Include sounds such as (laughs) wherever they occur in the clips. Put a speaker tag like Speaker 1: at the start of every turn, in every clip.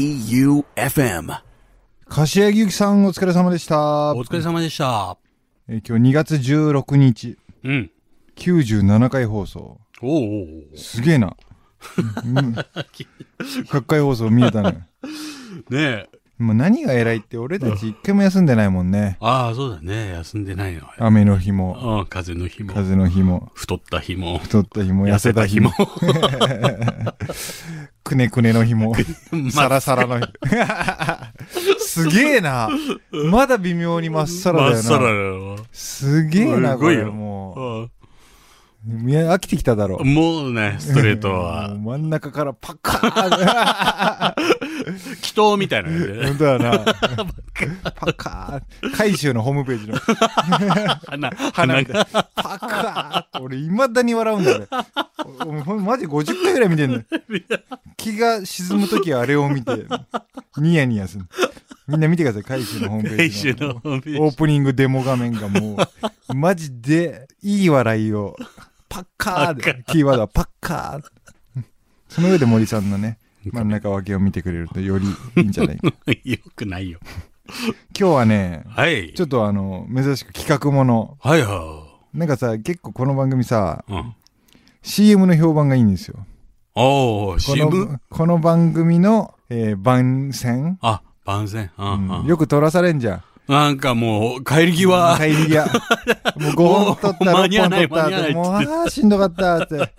Speaker 1: J-O-E-U-F-M
Speaker 2: 柏木由紀さんお疲れ様でした
Speaker 1: お疲れ様でした。
Speaker 2: えー今日2月16日
Speaker 1: うん。
Speaker 2: 97回放送
Speaker 1: おうおう
Speaker 2: すげえ
Speaker 1: (laughs)
Speaker 2: なうん100回放送見えたね
Speaker 1: おうねえ。
Speaker 2: もう何が偉いって俺たち一回も休んでないもんね
Speaker 1: ああ、そうだね。休んでないの。あ
Speaker 2: 雨の日も
Speaker 1: あ、風の日も、
Speaker 2: 風の日も
Speaker 1: 太った日も、
Speaker 2: 太った日も
Speaker 1: 痩
Speaker 2: 痩
Speaker 1: せ
Speaker 2: せ
Speaker 1: た
Speaker 2: た
Speaker 1: 日
Speaker 2: 日
Speaker 1: も
Speaker 2: も。くねくねの
Speaker 1: (laughs)
Speaker 2: 日もサラサラの日すげえなまだ微妙にまっさ
Speaker 1: ま
Speaker 2: ら
Speaker 1: っ
Speaker 2: だよ
Speaker 1: さらだ
Speaker 2: な
Speaker 1: よ。
Speaker 2: すげえな
Speaker 1: す
Speaker 2: こ
Speaker 1: ごい
Speaker 2: れ
Speaker 1: よ
Speaker 2: もう
Speaker 1: あ
Speaker 2: いや、飽きてきただろ
Speaker 1: あ。もうね、ストレート
Speaker 2: も
Speaker 1: は
Speaker 2: う、真ん中からパカーン
Speaker 1: 祈祷みたいな感じでね (laughs)
Speaker 2: 本当だ (laughs) な。パカーン。海州のホームページの
Speaker 1: 鼻、
Speaker 2: 花
Speaker 1: 鼻
Speaker 2: が
Speaker 1: が。
Speaker 2: パカーン。俺、未だに笑うんだよ。俺おほんマジ50回ぐらい見てんの。気が沈むときはあれを見て、ニヤニヤする。みんな見てください、海州のホームページの。
Speaker 1: 編集のホームペー
Speaker 2: オ
Speaker 1: ジ
Speaker 2: ープニングデモ画面がもう、マジでいい笑いを、パッカーで、キーワードはパッカー。その上で森さんのね、真ん中分けを見てくれるとよりいいんじゃないか。今
Speaker 1: (laughs) よくないよ。
Speaker 2: 日はね、
Speaker 1: はい。
Speaker 2: ちょっとあの、珍しく企画もの。
Speaker 1: はいは
Speaker 2: なんかさ、結構この番組さ、
Speaker 1: い。うん。
Speaker 2: CM の評判がいいんですよ。
Speaker 1: おお、
Speaker 2: こ
Speaker 1: CM?
Speaker 2: のこの番組の、えー番宣、
Speaker 1: あ、番宣。う
Speaker 2: うん
Speaker 1: んうん
Speaker 2: よく撮らされんじゃん。
Speaker 1: なんかもう、帰り際。
Speaker 2: 帰り
Speaker 1: (laughs)
Speaker 2: 際。もう5本取った、
Speaker 1: もう間
Speaker 2: 6本
Speaker 1: に合わな
Speaker 2: 取
Speaker 1: い
Speaker 2: った
Speaker 1: 間に合わない
Speaker 2: 後、もう、ああ、しんどかったって。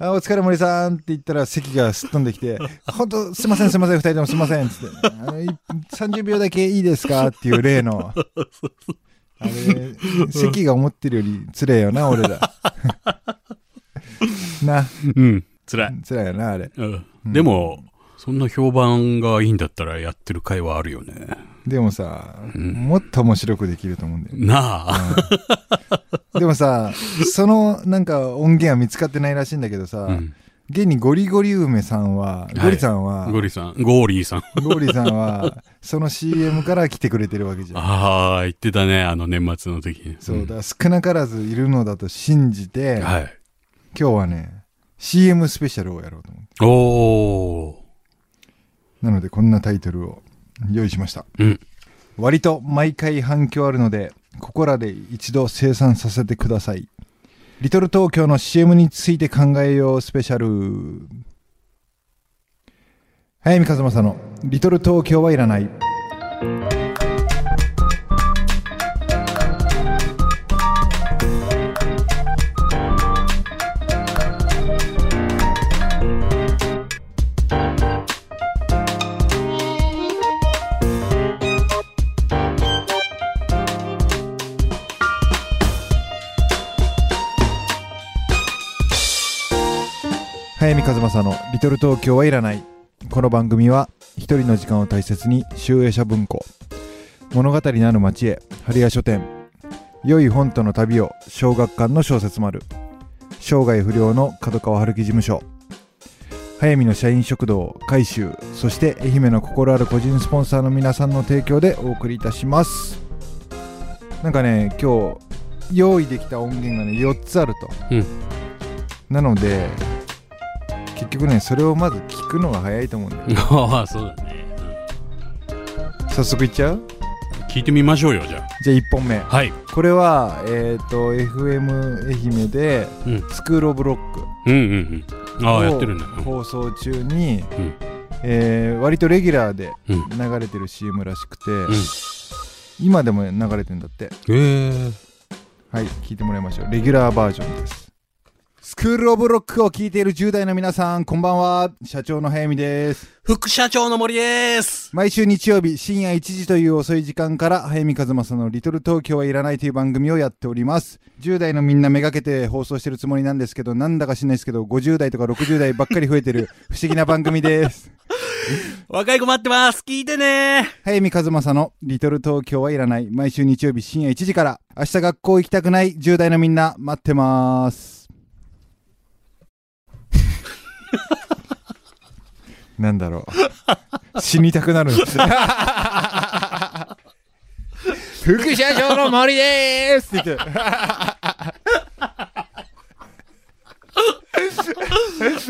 Speaker 2: あーお疲れ森さんって言ったら席がすっ飛んでき
Speaker 1: (laughs)
Speaker 2: て、ほんと、すいませんすいません、二人ともすいませんっつって。あのい30秒だけいいですかっていう
Speaker 1: (laughs)
Speaker 2: 例の。あれ、席が思ってるよりつれえよな、俺
Speaker 1: (laughs)
Speaker 2: ら。な、
Speaker 1: うん。辛い。
Speaker 2: つらいよな、あれ。
Speaker 1: うん。でも、そんな評判がいいんだったらやってる回はあるよね。
Speaker 2: でもさ、もっと面白くできると思うんだよ。
Speaker 1: なあ。
Speaker 2: でもさ、そのなんか音源は見つかってないらしいんだけどさ、
Speaker 1: うん
Speaker 2: 現にゴリゴリ梅さんは、
Speaker 1: い
Speaker 2: ゴリさんは、
Speaker 1: ゴリさん、ゴーリーさん。
Speaker 2: ゴリさんは、その CM から来てくれてるわけじゃん。
Speaker 1: ああ、言ってたね、あの年末の時に。
Speaker 2: そうだ、少なからずいるのだと信じて、
Speaker 1: はい。
Speaker 2: 今日はね、CM スペシャルをやろうと思って。
Speaker 1: おお。
Speaker 2: なので、こんなタイトルを用意しました。
Speaker 1: うん。
Speaker 2: 割と毎回反響あるので、ここらで一度生産させてください。リトル東京の CM について考えようスペシャル。早見和正のリトル東京はいらない。早見和正の「リトル東京はいらない」この番組は一人の時間を大切に集英社文庫物語なる町へ春屋書店良い本との旅を小学館の小説丸生涯不良の角川春樹事務所早見の社員食堂改修そして愛媛の心ある個人スポンサーの皆さんの提供でお送りいたしますなんかね今日用意できた音源がね4つあると、
Speaker 1: うん (laughs)
Speaker 2: なので結局ねそれをまず聞くのが早いと思うんだよ
Speaker 1: ああ、そうだね。
Speaker 2: 早速いっちゃう
Speaker 1: うん聞いてみましょうよ、じゃ
Speaker 2: じゃあ1本目
Speaker 1: あ。はい。
Speaker 2: これはえっ、と FM 愛媛で、
Speaker 1: うん
Speaker 2: スクール・オブ・ロック
Speaker 1: うんうんうん。ああ、やってるんだ。
Speaker 2: を放送中に、
Speaker 1: ん
Speaker 2: えー割とレギュラーで
Speaker 1: うん。
Speaker 2: 流れてる CM らしくて、
Speaker 1: ん
Speaker 2: 今でも流れてんだって
Speaker 1: ええ。
Speaker 2: はい聞いてもらいましょうレギュラーバージョンですスクール・オブ・ロックを聞いている10代の皆さんこんばんは社長の早見です
Speaker 1: 副社長の森です。
Speaker 2: 毎週日曜日深夜1時という遅い時間から早見和正の「リトル東京はいらない」という番組をやっております10代のみんなめがけて放送してるつもりなんですけどなんだか知んないですけど50代とか60代ばっかり増えてる不思議な番組です
Speaker 1: 若い子待ってます。聞いてね。
Speaker 2: 早見和正の「リトル東京はいらない」毎週日曜日深夜1時から明日学校行きたくない10代のみんな待ってます (laughs) なんだろう死にたくなるんです副社長の森でーすって言って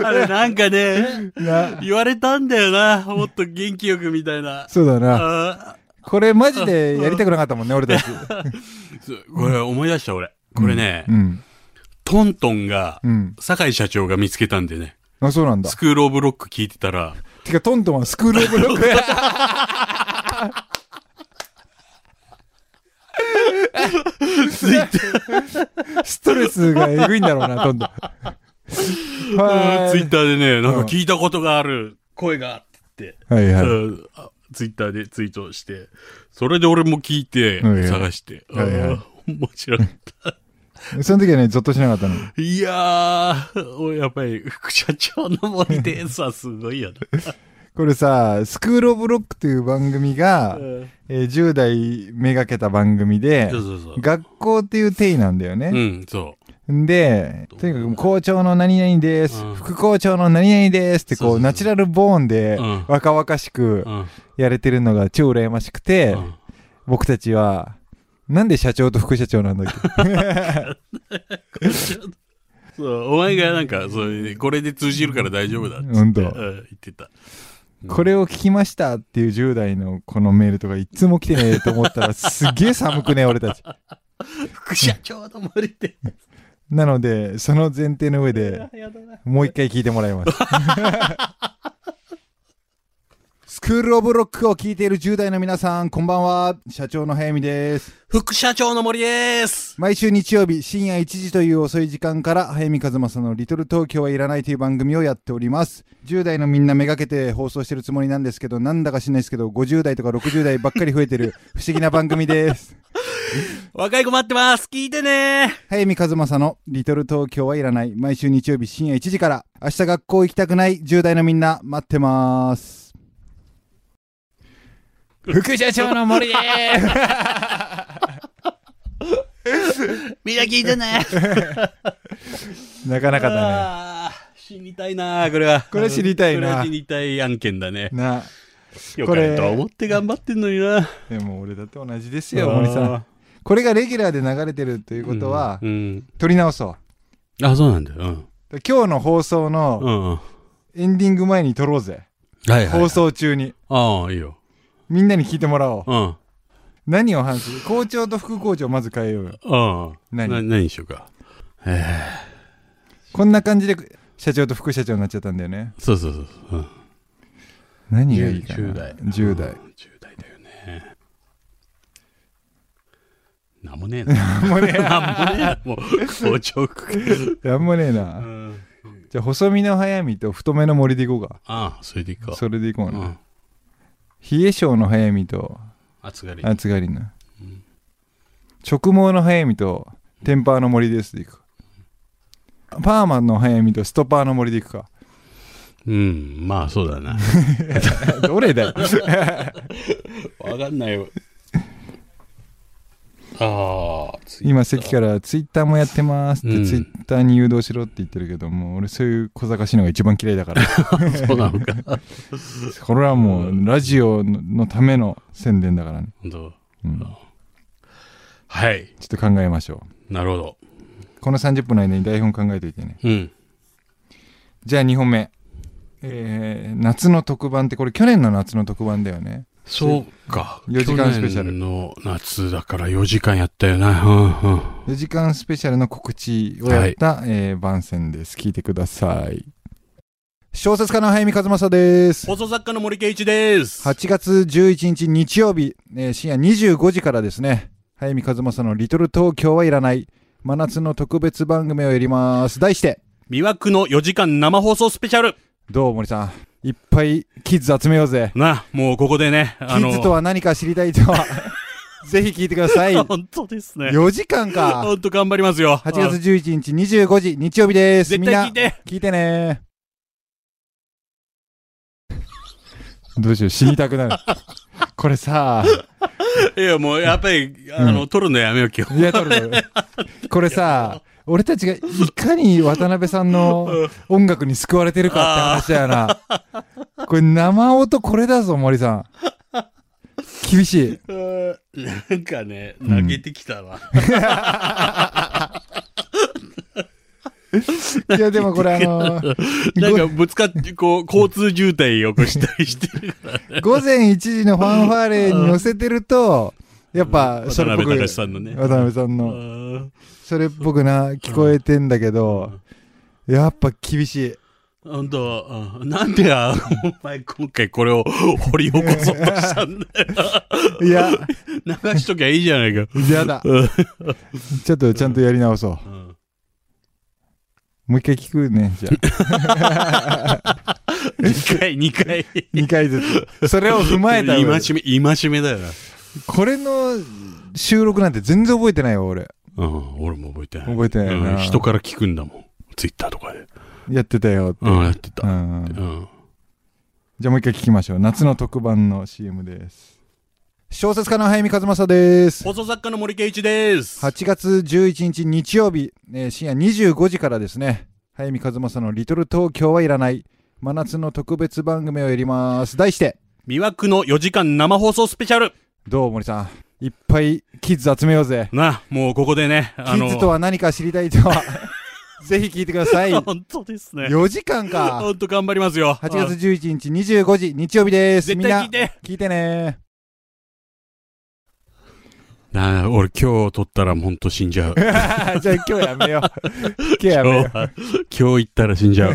Speaker 1: あれなんかね、
Speaker 2: な
Speaker 1: 言われたんだよな。もっと元気よくみたいな。
Speaker 2: (laughs) そうだな。
Speaker 1: あ
Speaker 2: これマジでやりたくなかったもんね、俺た (laughs) ち。
Speaker 1: ーそうこれ思い出した俺。これね、
Speaker 2: うん。
Speaker 1: トントンが、
Speaker 2: うん。
Speaker 1: 酒井社長が見つけたんでね、
Speaker 2: あ、そうなんだ
Speaker 1: ス。クールオブロック聞いてたら、
Speaker 2: てか、トントンはスクールオブロックや。ストレスがえぐいんだろうな、トントン。は
Speaker 1: ツイ
Speaker 2: ー
Speaker 1: ッターでね、なん
Speaker 2: うん
Speaker 1: か聞いたことがある声がって
Speaker 2: い。はい
Speaker 1: 言って、
Speaker 2: はい。
Speaker 1: うんあツイッターでツイートして、それで俺も聞いて
Speaker 2: はいはい、
Speaker 1: 探して、
Speaker 2: はいはい
Speaker 1: あー面白い。
Speaker 2: その時はね、ゾッとしなかったの。
Speaker 1: いやー、やっぱり副社長の森でさ、すごいよな。
Speaker 2: これさ、スクールオブロックという番組が、
Speaker 1: うん
Speaker 2: えー10代めがけた番組で
Speaker 1: そ、うそうそう。
Speaker 2: 学校っていう定位なんだよ
Speaker 1: う
Speaker 2: ね。
Speaker 1: ん、そう。
Speaker 2: で、とにかく校長の何々です、
Speaker 1: うん
Speaker 2: 副校長の何々ですって
Speaker 1: そう
Speaker 2: こ、
Speaker 1: そううそう
Speaker 2: ナチュラルボーンで
Speaker 1: うん
Speaker 2: 若々しく
Speaker 1: うん。
Speaker 2: やれてるのが超羨ましくて
Speaker 1: う、ん
Speaker 2: 僕たちは、なんで社長と副社長なんだっけ
Speaker 1: そう、お前がなんか、そういうこれで通じるから大丈夫だって。
Speaker 2: ほんと
Speaker 1: うん、言ってた。
Speaker 2: これを聞きましたっていう10代のこのメールとかいつも来てねえと思った
Speaker 1: (laughs)
Speaker 2: らすげえ寒くね、俺たち。
Speaker 1: 副社長の森で。
Speaker 2: なので、その前提の上で、
Speaker 1: やだな。
Speaker 2: もう一回聞いてもら
Speaker 1: (laughs)
Speaker 2: います。スクールオブロックを聞いている10代の皆さん、こんばんは。社長の早見です。
Speaker 1: (laughs) 副社長の森です。
Speaker 2: 毎週日曜日深夜1時という遅い時間から早見和正の「リトル東京はいらない」という番組をやっております10代のみんなめがけて放送してるつもりなんですけどなんだか知んないですけど50代とか60代ばっかり増えてる不思議な番組 (laughs) です
Speaker 1: 若い子待ってます。聞いてね
Speaker 2: 早見和正の「リトル東京はいらない」毎週日曜日深夜1時から明日学校行きたくない10代のみんな待ってます副社長の森です
Speaker 1: みんな聞いて
Speaker 2: (laughs)
Speaker 1: ね
Speaker 2: (laughs) なかなかだね
Speaker 1: あー死にたいなこれは。
Speaker 2: これ知りたいな
Speaker 1: これは死にたい案件だね。
Speaker 2: な
Speaker 1: よ
Speaker 2: こ
Speaker 1: か
Speaker 2: れ
Speaker 1: れと思って頑張ってんのにな。
Speaker 2: でも俺だって同じですよ森さんこれがレギュラーで流れてるという
Speaker 1: と
Speaker 2: ことは、
Speaker 1: うん。
Speaker 2: 撮り直そ
Speaker 1: うんあ、そうなんだよ。うん。
Speaker 2: う。今日の放送
Speaker 1: う
Speaker 2: の
Speaker 1: んうん。は
Speaker 2: エンディング前に撮ろうぜ。
Speaker 1: いはいはい。
Speaker 2: 放送中に。
Speaker 1: ああ、いいよ。
Speaker 2: みんなに聞いてもらおう。
Speaker 1: うん。
Speaker 2: 何を話する校長と副校長をまず変えようよ。
Speaker 1: うん。
Speaker 2: 何
Speaker 1: な何にしようか。え
Speaker 2: こんな感じで社長と副社長になっちゃったんだよね。
Speaker 1: ー、そうそうそうそう。うん
Speaker 2: 何がいいかな。
Speaker 1: 10代
Speaker 2: 10代。
Speaker 1: うん10代だよね。なんもねえな。
Speaker 2: あんまね
Speaker 1: なんもねえな。もう、校長
Speaker 2: (laughs)
Speaker 1: く。
Speaker 2: え。あんまねえ
Speaker 1: う
Speaker 2: な。
Speaker 1: ん。
Speaker 2: じゃあ、細身の早見と太めの森でいこうか。
Speaker 1: ああ、それでいいか。
Speaker 2: それでいこう
Speaker 1: う
Speaker 2: な。
Speaker 1: ん。
Speaker 2: 冷え性の早見と
Speaker 1: 暑がり。
Speaker 2: 暑がりな
Speaker 1: うん。
Speaker 2: 直毛の早見とテンパーの森ですでいくか。パーマの早見とストパーの森でいくか。
Speaker 1: うん、まあそうだな。
Speaker 2: どれ
Speaker 1: (laughs)
Speaker 2: だよ。
Speaker 1: わかんないよ。 (laughs) ああ、次
Speaker 2: 今席からツイッターもやってますって、
Speaker 1: うん
Speaker 2: ツイッターに誘導しろって言ってるけどもう俺そういう小賢しいのが一番嫌いだから
Speaker 1: そうなの
Speaker 2: (laughs)
Speaker 1: か。
Speaker 2: これはもうラジオのための宣伝だからね、
Speaker 1: 本当
Speaker 2: うん、ちょ
Speaker 1: はい、
Speaker 2: っと考えましょ
Speaker 1: なるほど。
Speaker 2: うこの30分の間に台本考えといてね
Speaker 1: うん。
Speaker 2: じゃあ2本目えー、夏の特番ってこれ去年の夏の特番だよね
Speaker 1: そうか。
Speaker 2: 4時間スペシャ
Speaker 1: 去
Speaker 2: ル
Speaker 1: 年の夏だから4時間やったよな。うんうん。
Speaker 2: 4時間スペシャルの告知をやった、えー番宣です聞いてください小説家の早見和正です
Speaker 1: 放送作家の森圭一です。
Speaker 2: 8月11日日曜日、えー深夜25時からですね、早見和正のリトル東京はいらない、真夏の特別番組をやります。題して、
Speaker 1: 魅惑の4時間生放送スペシャル。
Speaker 2: どう森さん、いっぱいキッズ集めようぜ。
Speaker 1: な、もうここでね。
Speaker 2: キッ
Speaker 1: (laughs)
Speaker 2: ズとは何か知りたいとは、ぜひ聞いてください。
Speaker 1: 本当ですね。
Speaker 2: 4時間か。
Speaker 1: 本当頑張りますよ。
Speaker 2: 8月11日25時日曜日です。
Speaker 1: 絶
Speaker 2: みん
Speaker 1: 対
Speaker 2: な
Speaker 1: 聞い、て。
Speaker 2: 聞いてね。どうしよう、死に
Speaker 1: (laughs)
Speaker 2: たくなる。これさ、
Speaker 1: いや、もうやっぱり、あの、撮るのやめよう、今日。
Speaker 2: いや、多分ねこれさ、俺たちがいかに渡辺さんの音楽に救われてるかって話だよな。これ生音これだぞ、森さん。厳し
Speaker 1: (laughs)
Speaker 2: い。
Speaker 1: なんかね、
Speaker 2: ん
Speaker 1: 投げてきたわ。
Speaker 2: いや、でもこれあのー、
Speaker 1: なんかぶつかって、こう、交通渋滞起こしたりして (laughs) る。
Speaker 2: 午前1時のファンファーレに乗せてると、やっぱ、そ
Speaker 1: 渡
Speaker 2: れっぽ
Speaker 1: 辺
Speaker 2: く、
Speaker 1: 隆さんのね。
Speaker 2: 渡辺さん
Speaker 1: う
Speaker 2: の、
Speaker 1: ん
Speaker 2: それっぽくな、聞こえてんだけど、やっぱ厳しい。
Speaker 1: ほんと、うんなんでや、お前今回これを掘り起こそうとしたんだ (laughs) よ。
Speaker 2: いや、
Speaker 1: 流しときゃいいじゃないか。
Speaker 2: 嫌だ。
Speaker 1: うん
Speaker 2: ちょっとちゃんとやり直そう。
Speaker 1: うん
Speaker 2: もう一回聞くね、じゃあ。
Speaker 1: 二回、二回。
Speaker 2: 2回ずつ。それを踏まえた上で
Speaker 1: 今しめ、今しめだよな。
Speaker 2: これの収録なんて全然覚えてないよ、俺。
Speaker 1: うん、俺も覚えてない。
Speaker 2: 覚えてないな
Speaker 1: うん人から聞くんだもん。ツイッターとかで。
Speaker 2: やってたよ。
Speaker 1: うん、やってた。
Speaker 2: うん
Speaker 1: うん。
Speaker 2: じゃあもう一回聞きましょう。夏の特番の CM です。小説家の早見和正です。
Speaker 1: 放送作家の森圭一です。
Speaker 2: 8月11日日曜日、えー深夜25時からですね、早見和正のリトル東京はいらない、真夏の特別番組をやります。題して、
Speaker 1: 魅惑の4時間生放送スペシャル。
Speaker 2: どう森さん、いっぱいキッズ集めようぜ。
Speaker 1: な、もうここでね、
Speaker 2: キッズとは何か知りたい人は、 (laughs) ぜひ聞いてください。
Speaker 1: (laughs) 本当ですね。
Speaker 2: 4時間か。
Speaker 1: 本当頑張りますよ。
Speaker 2: 8月11日25時日曜日です。
Speaker 1: 絶
Speaker 2: みんな
Speaker 1: 対聞い、て。
Speaker 2: 聞いてね。 (laughs)
Speaker 1: なあ、俺今日撮ったら本当死んじゃう。
Speaker 2: じゃあ今日やめよう。今日やめよ
Speaker 1: 今
Speaker 2: う
Speaker 1: 日。は、今日行ったら死んじゃう。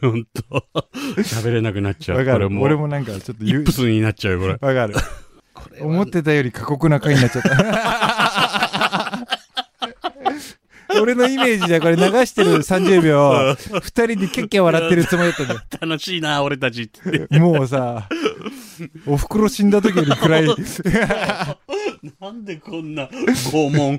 Speaker 1: 本当喋れなくなっちゃ
Speaker 2: わ
Speaker 1: う。
Speaker 2: か
Speaker 1: こ
Speaker 2: る
Speaker 1: れ。
Speaker 2: 俺
Speaker 1: もう、
Speaker 2: もなんかちょっと
Speaker 1: イ
Speaker 2: 言う
Speaker 1: ップ。スになっちゃう、これ。
Speaker 2: わ
Speaker 1: (laughs)
Speaker 2: かる。思ってたより過酷な回になっちゃった。 (laughs) 俺のイメージじゃこれ流し
Speaker 1: (laughs)
Speaker 2: てる30秒、二人でキャッキャ笑ってるつもりだったんだよ
Speaker 1: (laughs) 楽しいな、俺たちって。
Speaker 2: もうさ、お袋死んだ時より
Speaker 1: (laughs)
Speaker 2: 暗い。 (laughs)
Speaker 1: なんでこんな拷問。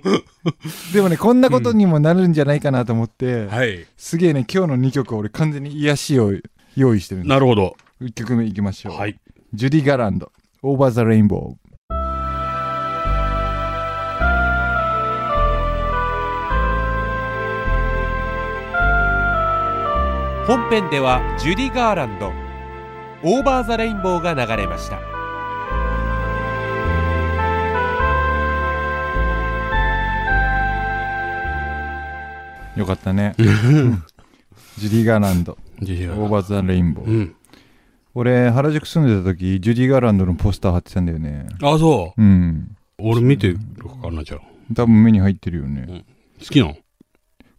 Speaker 2: でもね、こんなことにもなるんじゃないかなと思って、
Speaker 1: はい。
Speaker 2: すげえね、今日の2曲俺完全に癒しを用意してるんで
Speaker 1: なるほど。
Speaker 2: 1曲目いきましょう。
Speaker 1: (laughs) はい。
Speaker 2: ジュディ・ガランド、オーバー・ザ・レインボー。
Speaker 3: 本編ではジュディ・ガーランド「オーバー・ザ・レインボー」が流れました
Speaker 2: よかったね。うんジュディ・ガーランド、
Speaker 1: いや
Speaker 2: オーバー・ザ・レインボ
Speaker 1: う
Speaker 2: ー。
Speaker 1: ん。
Speaker 2: 俺、原宿住んでた時、ジュディ・ガーランドのポスター貼ってたんだよね。
Speaker 1: あ、そう。
Speaker 2: うん。
Speaker 1: 俺見てるかな、じゃあ。
Speaker 2: 多分目に入ってるよね。
Speaker 1: 好きなの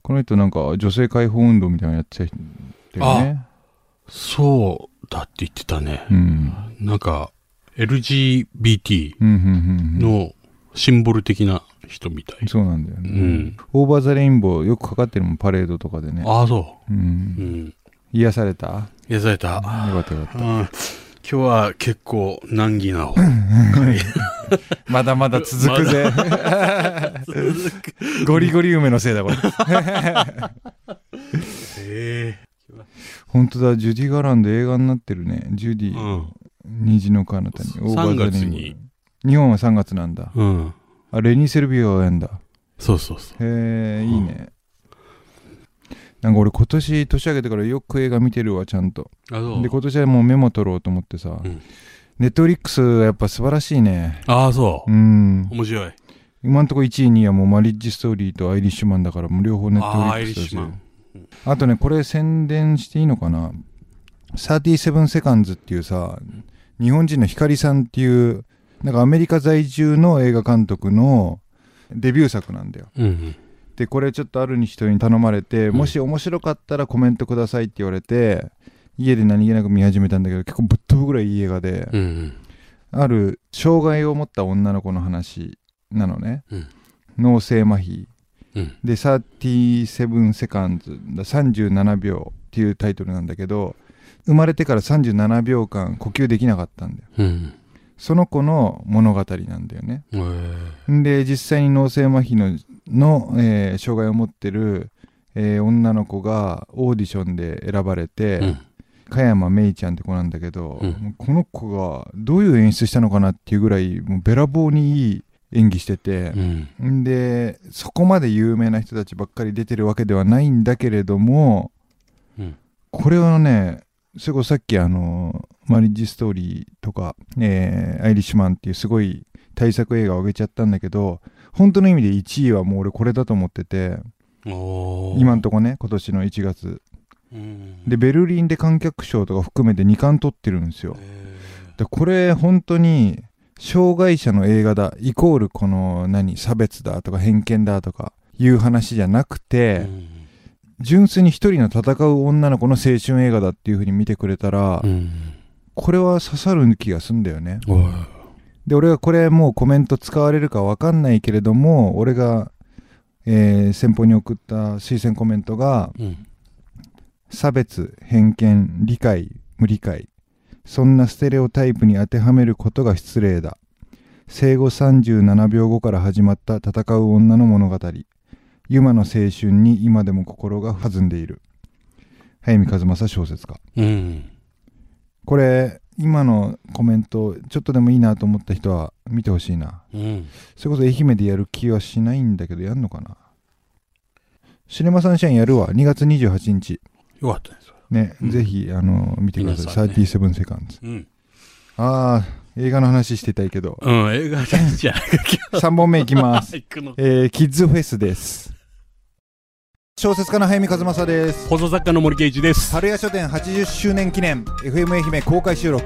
Speaker 2: この人なんか女性解放運動みたいなのやってた人だよね。
Speaker 1: そうだって言ってたね。
Speaker 2: うん。
Speaker 1: なんか、LGBT
Speaker 2: うん、うん、うん。
Speaker 1: のシンボル的な人みたい。
Speaker 2: そうなんだよ
Speaker 1: う
Speaker 2: ね。
Speaker 1: ん。
Speaker 2: オーバー・ザ・レインボーよくかかってるもん、パレードとかでね。。
Speaker 1: ああ、そうう。うんん。
Speaker 2: 癒された
Speaker 1: 癒された。
Speaker 2: よかったよかっ
Speaker 1: うん。今日は結構難儀な方。 (laughs) はい
Speaker 2: た。まだまだ続くぜ。 (laughs) ゴリゴリ梅のせいだ、これ。
Speaker 1: へ
Speaker 2: 本当だ、ジュディ・ガーランド映画になってるね。ジュデ
Speaker 1: え。
Speaker 2: ィ。
Speaker 1: うん。
Speaker 2: 虹の彼方に
Speaker 1: さ
Speaker 2: オーバーザレインボー
Speaker 1: 3月
Speaker 2: 日本は3月なんだ
Speaker 1: うん。
Speaker 2: あレニー・セルビオやんだ
Speaker 1: そうそうそう。
Speaker 2: へえいいね、なんか俺今年年明けてからよく映画見てるわちゃんと
Speaker 1: あ、そ
Speaker 2: で今年はもうメモ取ろうと思ってさ、
Speaker 1: うん
Speaker 2: ネットフリックスやっぱ素晴らしいね
Speaker 1: ああ、そうう。
Speaker 2: ん
Speaker 1: 面白い。
Speaker 2: 今んとこ1位2位はもうマリッジストーリーとアイリッシュマンだからもう両方ネット
Speaker 1: ああ、
Speaker 2: フ
Speaker 1: アイ
Speaker 2: リッ
Speaker 1: リ
Speaker 2: ク
Speaker 1: ッ
Speaker 2: スだし
Speaker 1: シュマン。
Speaker 2: あとね、これ宣伝していいのかな ?37 セカンズっていうさ、日本人のヒカリさんっていう、なんかアメリカ在住の映画監督のデビュー作なんだよ。
Speaker 1: うん。
Speaker 2: で、これちょっとある人に頼まれて、
Speaker 1: うん
Speaker 2: もし面白かったらコメントくださいって言われて、家で何気なく見始めたんだけど、結構ぶっ飛ぶぐらいいい映画で、
Speaker 1: うん。
Speaker 2: ある障害を持った女の子の話なのね。
Speaker 1: うん
Speaker 2: 脳性麻痺。
Speaker 1: うん。
Speaker 2: で「37セカンズ」だ37秒っていうタイトルなんだけど生まれてから37秒間呼吸できなかったんだよ
Speaker 1: うん。
Speaker 2: その子の物語なんだよね
Speaker 1: へえ。
Speaker 2: で実際に脳性麻痺のの、えー障害を持ってる、えー女の子がオーディションで選ばれて、
Speaker 1: うん
Speaker 2: 加山芽衣ちゃんって子なんだけど、
Speaker 1: うん
Speaker 2: もうこの子がどういう演出したのかなっていうぐらいもうべらぼうにいい演技してて、
Speaker 1: うん。
Speaker 2: でそこまで有名な人たちばっかり出てるわけではないんだけれども、
Speaker 1: うん
Speaker 2: これはねそれこそさっきあのマリッジストーリーとか、えーアイリッシュマンっていうすごい大作映画を上げちゃったんだけど本当の意味で1位はもう俺これだと思ってて
Speaker 1: おー
Speaker 2: 今んとこね今年の1月
Speaker 1: うん
Speaker 2: でベルリンで観客賞とか含めて2冠取ってるんですよ
Speaker 1: え
Speaker 2: でこれ本当に障害者の映画だイコールこの何差別だとか偏見だとかいう話じゃなく
Speaker 1: ー
Speaker 2: て、純粋に一人の戦う女の子の青春映画だっていう風に見てくれたら、
Speaker 1: うん
Speaker 2: これは刺さる気がすんだよね
Speaker 1: うんおい
Speaker 2: で俺がこれもうコメント使われるか分かんないけれども俺が、えー先方に送った推薦コメントが
Speaker 1: うん
Speaker 2: 差別偏見理解無理解そんなステレオタイプに当てはめることが失礼だ生後37秒後から始まった戦う女の物語ユマの青春に今でも心が弾んでいる早見和正小説家
Speaker 1: うん
Speaker 2: これ今のコメントちょっとでもいいなと思った人は見てほしいな
Speaker 1: うん
Speaker 2: それこそ愛媛でやる気はしないんだけどやんのかなシネマサンシャインやるわ2月28日
Speaker 1: よかったです
Speaker 2: ね、
Speaker 1: うん
Speaker 2: ぜひあの見てくだ
Speaker 1: 皆
Speaker 2: さ
Speaker 1: さん
Speaker 2: い、
Speaker 1: ね
Speaker 2: 37セカンズ
Speaker 1: うん
Speaker 2: ああ映画の話してたいけど (laughs)
Speaker 1: うん映画じゃあ
Speaker 2: 3本目いきます、
Speaker 1: 行くの
Speaker 2: えーキッズフェスです小説家の早見和正です
Speaker 1: 放送作家の森圭一です
Speaker 2: 春屋書店80周年記念 FM 愛媛公開収録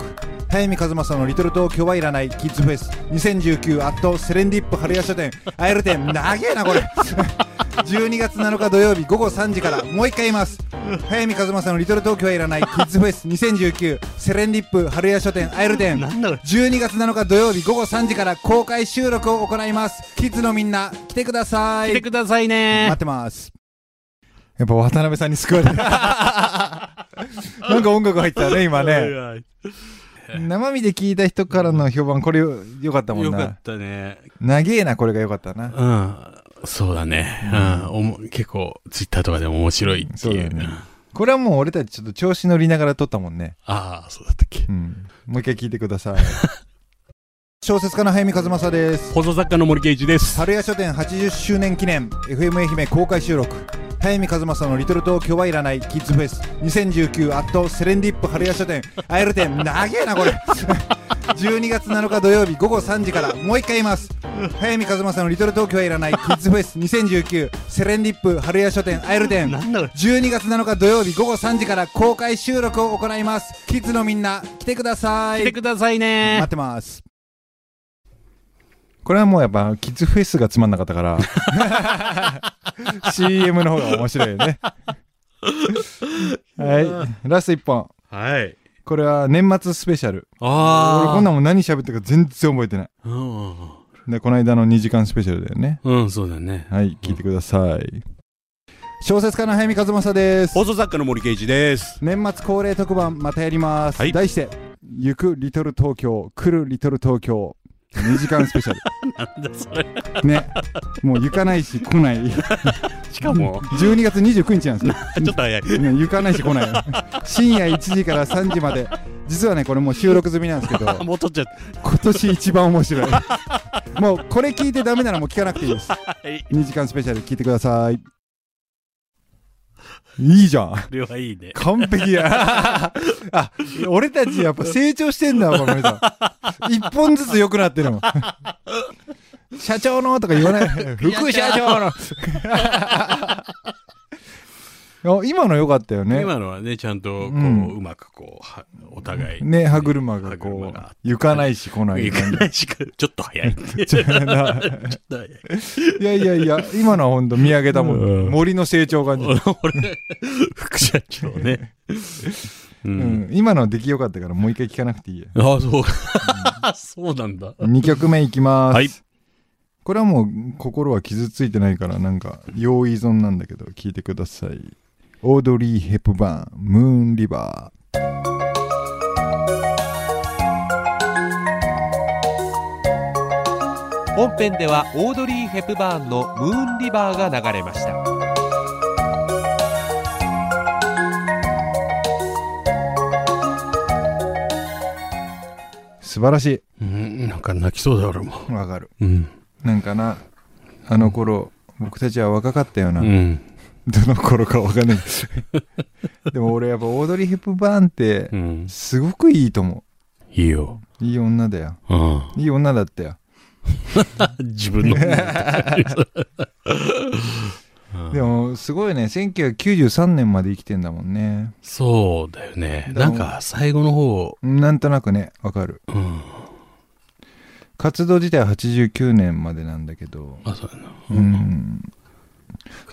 Speaker 2: 早見和正の「リトル東京はいらないキッズフェス2019」アットセレンディップ春屋書店アイル店長えなこれ (laughs) 12月7日土曜日午後3時からもう一回言います早見和正の「リトル東京はいらないキッズフェス2019」セレンディップ春屋書店アイル店
Speaker 1: なんだろう
Speaker 2: 12月7日土曜日午後3時から公開収録を行いますキッズのみんな来てください
Speaker 1: 来てくださいね
Speaker 2: 待ってますやっぱ渡辺さんに救
Speaker 1: (laughs)
Speaker 2: われたなんか音楽入ってたね今ね
Speaker 1: はい
Speaker 2: 生身で聞いた人からの評判これよよかったもん
Speaker 1: よか
Speaker 2: な
Speaker 1: ったね
Speaker 2: 長えなこれがよかったな
Speaker 1: うんそうだねうんおも結構ツイッターとかでも面白いって
Speaker 2: そう
Speaker 1: い
Speaker 2: だ
Speaker 1: う
Speaker 2: ね
Speaker 1: あ
Speaker 2: これはもう俺たちちょっと調子乗りながら撮ったもんね、
Speaker 1: あーそうだったっけ
Speaker 2: うん、もう一回聞いてく
Speaker 1: (laughs)
Speaker 2: ださい小説家の早見和正です
Speaker 1: 放送作家の森圭一です
Speaker 2: 春屋書店80周年記念 FM 愛媛公開収録早見和正の「リトル東京はいらないキッズフェス2019」アットセレンディップ春屋書店アイル店長えなこれ (laughs) 12月7日土曜日午後3時からもう一回言います早見和正の「リトル東京はいらないキッズフェス2019」セレンディップ春屋書店アイル店
Speaker 1: なんだろう
Speaker 2: 12月7日土曜日午後3時から公開収録を行いますキッズのみんな来てくださ
Speaker 1: 来て
Speaker 2: い
Speaker 1: ください
Speaker 2: 待
Speaker 1: ね
Speaker 2: ってますこれはもうやっぱキッズフェスがつまんなかったから
Speaker 1: (laughs)
Speaker 2: CM の方が面白いよねはいラスト1本
Speaker 1: はい
Speaker 2: これは年末スペシャル
Speaker 1: ああ
Speaker 2: 俺こんなんもん何喋ったか全然覚えてない
Speaker 1: うん
Speaker 2: でこの間の2時間スペシャルだよね
Speaker 1: うんそうだね
Speaker 2: はい聞いてください小説家の早見和正です
Speaker 1: 放送作家の森圭一です
Speaker 2: 年末恒例特番またやります、
Speaker 1: はい
Speaker 2: 題して「行くリトル東京来るリトル東京」2時間スペシャ
Speaker 1: (laughs) なんだそれ
Speaker 2: ルねもう行かないし来ない
Speaker 1: しかも
Speaker 2: 12月29日なんですよ
Speaker 1: ちょっと早い (laughs)
Speaker 2: ね行かないし来ない深夜1時から3時まで実はねこれもう収録済みなんですけど
Speaker 1: あもう取っちゃっ
Speaker 2: 今年一番面白いもうこれ聞いてダメならもう聞かなくていいです
Speaker 1: たはい
Speaker 2: 2時間スペシャル聞いてくださいいいじゃん
Speaker 1: これはいいね
Speaker 2: 完璧や。 (laughs) あ、俺たちやっぱ成長してん
Speaker 1: (laughs)
Speaker 2: だわ、この皆さん。一本ずつ良くなってるもん。 (laughs) 社長のとか
Speaker 1: (laughs)
Speaker 2: 言わない。副社長 (laughs) の。あ今の良かったよね。
Speaker 1: 今のはねちゃんとこう,、
Speaker 2: う
Speaker 1: うんまくこうはお互い
Speaker 2: ね、歯車が
Speaker 1: 歯
Speaker 2: こ
Speaker 1: 車が
Speaker 2: う、行かないし来ない
Speaker 1: いか
Speaker 2: 感
Speaker 1: ないしかちょっと早い (laughs) ちょっ
Speaker 2: じ。
Speaker 1: と早い
Speaker 2: (laughs) いやいやいや、今のは本当見上げたも。
Speaker 1: うんん
Speaker 2: 森の成長感じ。
Speaker 1: 俺俺副社長 (laughs) ねう、
Speaker 2: うんん今のは出来良かったからもう一回聞かなくていいや。
Speaker 1: ああそう (laughs) かそうなんだ
Speaker 2: 2曲目いきます、
Speaker 1: はい
Speaker 2: これはもう心は傷ついてないからなんか用依存なんだけど聞いてくださいオードリー・ヘプバーン「ムーン・リバー」
Speaker 3: 本編ではオードリー・ヘプバーンの「ムーンリバー」が流れました
Speaker 2: 素晴らし
Speaker 1: うんなんか泣きそうだ俺も
Speaker 2: いわかる
Speaker 1: うん
Speaker 2: なんかなあの頃僕たちは若かったよな、
Speaker 1: うん
Speaker 2: どの頃かわか
Speaker 1: (laughs)
Speaker 2: んないでも俺やっぱオードリー・ヘプバーンって
Speaker 1: うん
Speaker 2: すごくいいと思
Speaker 1: いいよ
Speaker 2: ういい女だよ
Speaker 1: うん (laughs)
Speaker 2: いい女だったよ
Speaker 1: 自分のううん
Speaker 2: でもすごいね1993年まで生きてんだもんね
Speaker 1: そうだよね。
Speaker 2: だ
Speaker 1: な
Speaker 2: も
Speaker 1: ん
Speaker 2: ん
Speaker 1: か、最後の方、
Speaker 2: なんとなくねわかる
Speaker 1: うん。
Speaker 2: 活動自体は89年までなんだけど
Speaker 1: あ、そうやな。
Speaker 2: うん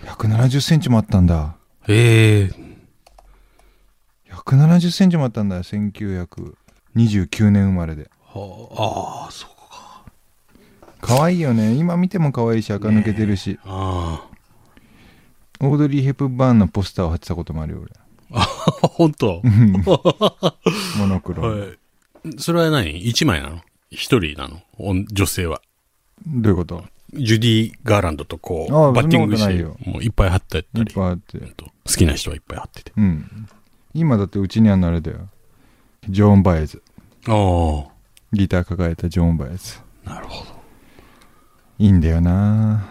Speaker 2: 1 7 0ンチもあったんだ
Speaker 1: ええ
Speaker 2: 1 7 0ンチもあったんだ1929年生まれで
Speaker 1: はあ、ああ、そうか。
Speaker 2: 可愛いよね今見ても可愛いし垢抜けてるし、
Speaker 1: あ
Speaker 2: オードリー・ヘプバーンのポスターを貼ってたこともあ
Speaker 1: (laughs)
Speaker 2: るよ俺
Speaker 1: あ、本 (laughs) 当。
Speaker 2: モノクロ、
Speaker 1: はい。それは何一枚なの一人なのおん女性は。
Speaker 2: どういうこと
Speaker 1: ジュディ・ガーランドとこう、
Speaker 2: ああ
Speaker 1: バッティングし
Speaker 2: そんな
Speaker 1: て
Speaker 2: こ、
Speaker 1: もういっぱい貼ってた
Speaker 2: いっ
Speaker 1: り、
Speaker 2: ぱいあって
Speaker 1: うんと好きな人はいっぱい貼ってて。
Speaker 2: うん今だってうちにあるのあれだよジョーン・バイズ
Speaker 1: ああ、
Speaker 2: ギター抱えたジョーン・バイズ
Speaker 1: なるほど。
Speaker 2: いいんだよな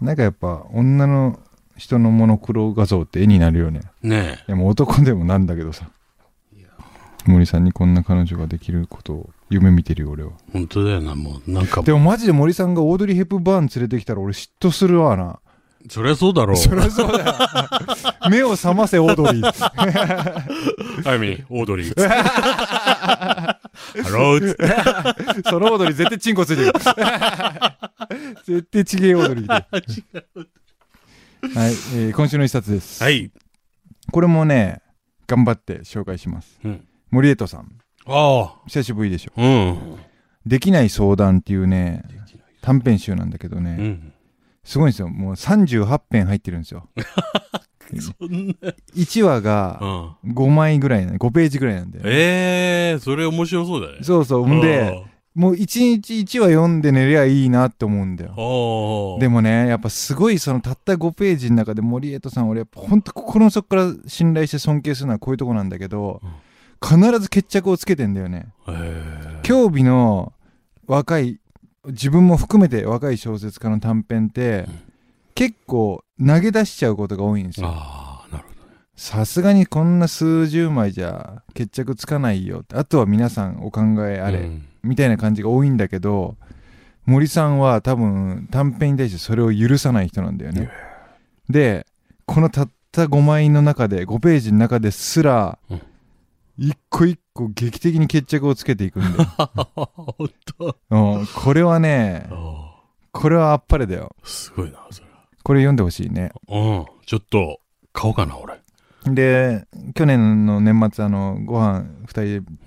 Speaker 1: うん
Speaker 2: なんかやっぱ女の人のモノクロ画像って絵になるよね
Speaker 1: ね
Speaker 2: いやもう男でもなんだけどさ森さんにこんな彼女ができることを夢見てるよ俺は
Speaker 1: え、本当だよな、もう、なんか
Speaker 2: で、もマジで森さんがオードリー・ヘプバーン連れてきたら俺嫉妬する
Speaker 1: (laughs)
Speaker 2: わな
Speaker 1: そりゃそうだろう。
Speaker 2: そりゃそうだよ目を覚ませオード
Speaker 1: (laughs)
Speaker 2: リー
Speaker 1: あゆみ、オードリー。ハローっつって
Speaker 2: そのオードリー絶対チンコついて
Speaker 1: (laughs)
Speaker 2: る絶対ちげえオードリーで
Speaker 1: (laughs)
Speaker 2: はい、えー今週の一冊です、
Speaker 1: はい。
Speaker 2: これもね頑張って紹介します
Speaker 1: うん
Speaker 2: 森江戸さん
Speaker 1: あ
Speaker 2: 久しぶりでしょ
Speaker 1: あ、うん。
Speaker 2: できない相談っていうね短編集なんだけどね、
Speaker 1: うん。
Speaker 2: すごいんですよもう38編入ってるんですよ
Speaker 1: そんな。
Speaker 2: 1話が
Speaker 1: うん。
Speaker 2: 5枚ぐらいな5ページぐらいなんで
Speaker 1: ええそれ面白そうだね。
Speaker 2: そうそう
Speaker 1: うんん
Speaker 2: で、もう1日1話読んで寝りゃいいなって思うんだよ
Speaker 1: お
Speaker 2: で
Speaker 1: も、
Speaker 2: もねやっぱすごいそのたった5ページの中で森江戸さん俺やっぱほんと心の底から信頼して尊敬するのはこういうとこなんだけど
Speaker 1: うん
Speaker 2: 必ず決着をつけてんだよね
Speaker 1: えー
Speaker 2: 興味の若い自分も含めて若い小説家の短編って
Speaker 1: うん
Speaker 2: 結構投げ出しちゃうことが多いんですよ
Speaker 1: ああ、なるほど。
Speaker 2: さすがにこんな数十枚じゃ決着つかないよあとは皆さんお考えあれ、
Speaker 1: うん
Speaker 2: みたいな感じが多いんだけど森さんは多分短編に対してそれを許さない人なんだよね。でこのたった5枚の中で5ページの中ですら
Speaker 1: うん
Speaker 2: 一個一個劇的に決着をつけていくんだよ。
Speaker 1: 本当。
Speaker 2: うんこれはね
Speaker 1: あ
Speaker 2: これはあっぱれだよ。
Speaker 1: あ、すごいな、それ。
Speaker 2: これ読んでほしいね。
Speaker 1: うん。ちょっと、買おうかな、俺。
Speaker 2: で去年の年末あのご飯2人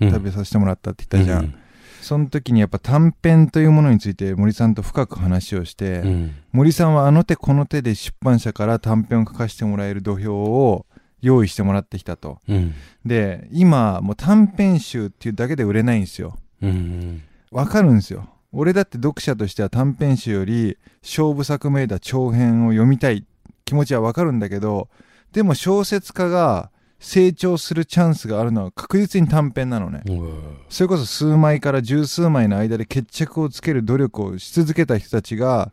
Speaker 2: で食べさせてもらったって言ったじゃん。
Speaker 1: うん。
Speaker 2: その時にやっぱ短編というものについて森さんと深く話をして。
Speaker 1: うん
Speaker 2: 森さんはあの手この手で出版社から短編を書かせてもらえる土俵を用意してもらってきたと。
Speaker 1: うん。
Speaker 2: で、今、もう短編集っていうだけで売れないんですよ。
Speaker 1: うん。
Speaker 2: わかるんですよ。俺だって読者としては短編集より勝負作めいた長編を読みたい気持ちはわかるんだけど、でも小説家が成長するチャンスがあるのは確実に短編なのね。
Speaker 1: うん
Speaker 2: それこそ数枚から十数枚の間で決着をつける努力をし続けた人たちが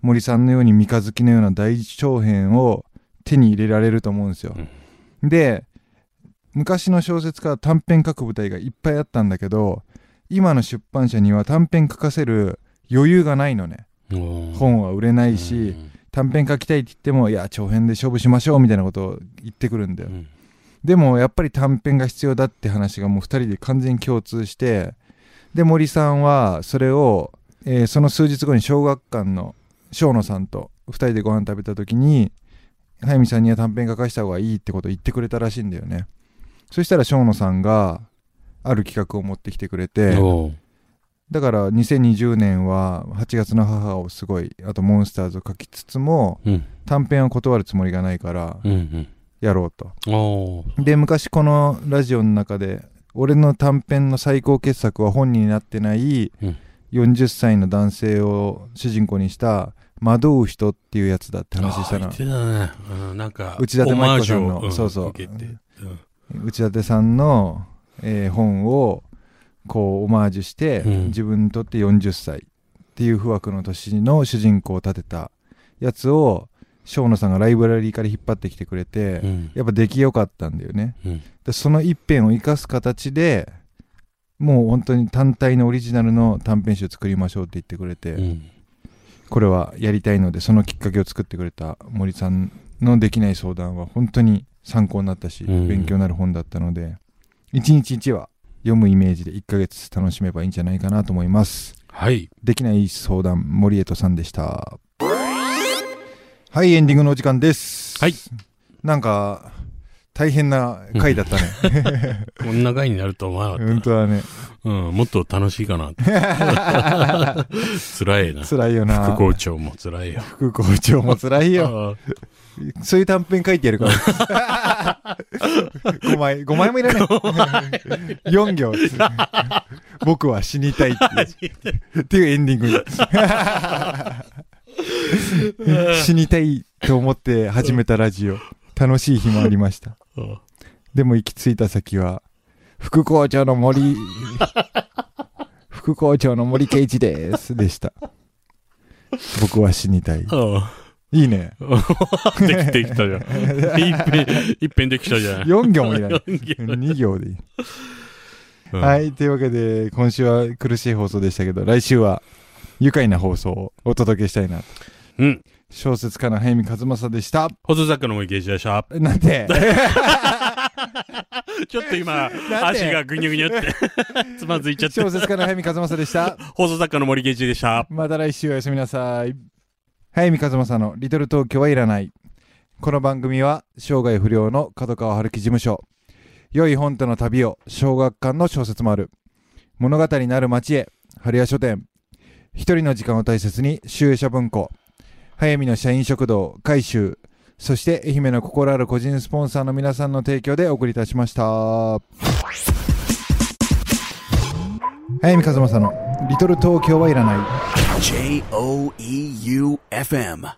Speaker 2: 森さんのように三日月のような大長編を手に入れられると思うんですよ。で昔の小説家は短編書く舞台がいっぱいあったんだけど今の出版社には短編書かせる余裕がないの
Speaker 1: う
Speaker 2: ね。
Speaker 1: ん
Speaker 2: 本は売れないし短編書きたいって言ってもいや長編で勝負しましょうみたいなことを言ってくるんだ
Speaker 1: う
Speaker 2: よ。
Speaker 1: ん
Speaker 2: でもやっぱり短編が必要だって話がもう2人で完全に共通してで森さんはそれを、えーその数日後に小学館の生野さんと2人でご飯食べた時に速水さんには短編書かした方がいいってことを言ってくれたらしいんだよねそしたら生野さんがある企画を持ってきてくれて
Speaker 1: おう
Speaker 2: だから2020年は「8月の母」をすごいあと「モンスターズ」を書きつつも
Speaker 1: うん。
Speaker 2: 短編を断るつもりがないから
Speaker 1: うん。
Speaker 2: やろうと
Speaker 1: うん。おう
Speaker 2: で昔このラジオの中で俺の短編の最高傑作は本になってない
Speaker 1: うん
Speaker 2: 40歳の男性を主人公にした「惑う人」っていうやつだって話
Speaker 1: あ
Speaker 2: した
Speaker 1: あ言
Speaker 2: な
Speaker 1: ってたね。うんなんか、
Speaker 2: 内田
Speaker 1: オマ
Speaker 2: 真
Speaker 1: ー
Speaker 2: 理子
Speaker 1: ジ
Speaker 2: さ
Speaker 1: ュ
Speaker 2: んの
Speaker 1: をん
Speaker 2: そうそう
Speaker 1: 受けてうん
Speaker 2: 内館さんの、えー本をこうオマージュして、
Speaker 1: うん
Speaker 2: 自分にとって40歳っていう不惑の年の主人公を立てたやつを生野さんがライブラリーから引っ張ってきてくれて、
Speaker 1: うん
Speaker 2: やっぱ出来良かったんだよね、
Speaker 1: うん
Speaker 2: でその一編を生かす形でもう本当に単体のオリジナルの短編集作りましょうって言ってくれて、
Speaker 1: うん
Speaker 2: これはやりたいのでそのきっかけを作ってくれた森さんのできない相談は本当に参考になったし、
Speaker 1: うん
Speaker 2: 勉強になる本だったので一日一話読むイメージで1ヶ月楽しめばいいんじゃないかなと思います
Speaker 1: はい。
Speaker 2: できない相談森江戸さんでしたはいエンディングのお時間です
Speaker 1: はい
Speaker 2: なんか大変な回だったね
Speaker 1: こんな回になると思わなか
Speaker 2: 本
Speaker 1: っ
Speaker 2: 当だね
Speaker 1: た。うん、もっと楽しいか
Speaker 2: (laughs)
Speaker 1: な。 (laughs) 辛いな。
Speaker 2: 辛いよな
Speaker 1: 副校長も辛いよ。
Speaker 2: 副校長も辛いよ
Speaker 1: あ
Speaker 2: そういう短編書いてやるから。5枚、5枚もいらない。4行。僕は死にたいっていう。っていうエンディング。
Speaker 1: (laughs)
Speaker 2: 死にたいと思って始めたラジオ。楽しい日もありました。
Speaker 1: ー
Speaker 2: でも行き着いた先は、副校長の
Speaker 1: (laughs)
Speaker 2: 森、副校長の森圭一です。でした。僕は死にたい。
Speaker 1: あ
Speaker 2: いいね。
Speaker 1: ー (laughs) できてきたじゃん。
Speaker 2: (laughs)
Speaker 1: 一遍、一遍できたじゃん。
Speaker 2: 4行もいらない。
Speaker 1: 四行
Speaker 2: 2行でいい。
Speaker 1: うん
Speaker 2: はい。というわけで、今週は苦しい放送でしたけど、来週は愉快な放送をお届けしたいなと。
Speaker 1: うん。
Speaker 2: 小説家の早見和正でした。
Speaker 1: 細作家の森圭一でした。
Speaker 2: なんて、
Speaker 1: (laughs) ちょっと
Speaker 2: (laughs)
Speaker 1: 今、
Speaker 2: て
Speaker 1: 足がぐにゅぐにゅって、 (laughs) つまずいちゃって
Speaker 2: 小。説家の早見和正でした。
Speaker 1: 放送作家の森圭一でした。
Speaker 2: また来週おやすみなさい。早見和正のリトル東京はいらない。この番組は生涯不良の角川春樹事務所。良い本との旅を小学館の小説もある。物語なる街へ、春屋書店。一人の時間を大切に、集英社文庫。早見の社員食堂、改修。そして愛媛の心ある個人スポンサーの皆さんの提供でお送りいたしました。早見和正のリトル東京はいらない。
Speaker 4: J O E U F M.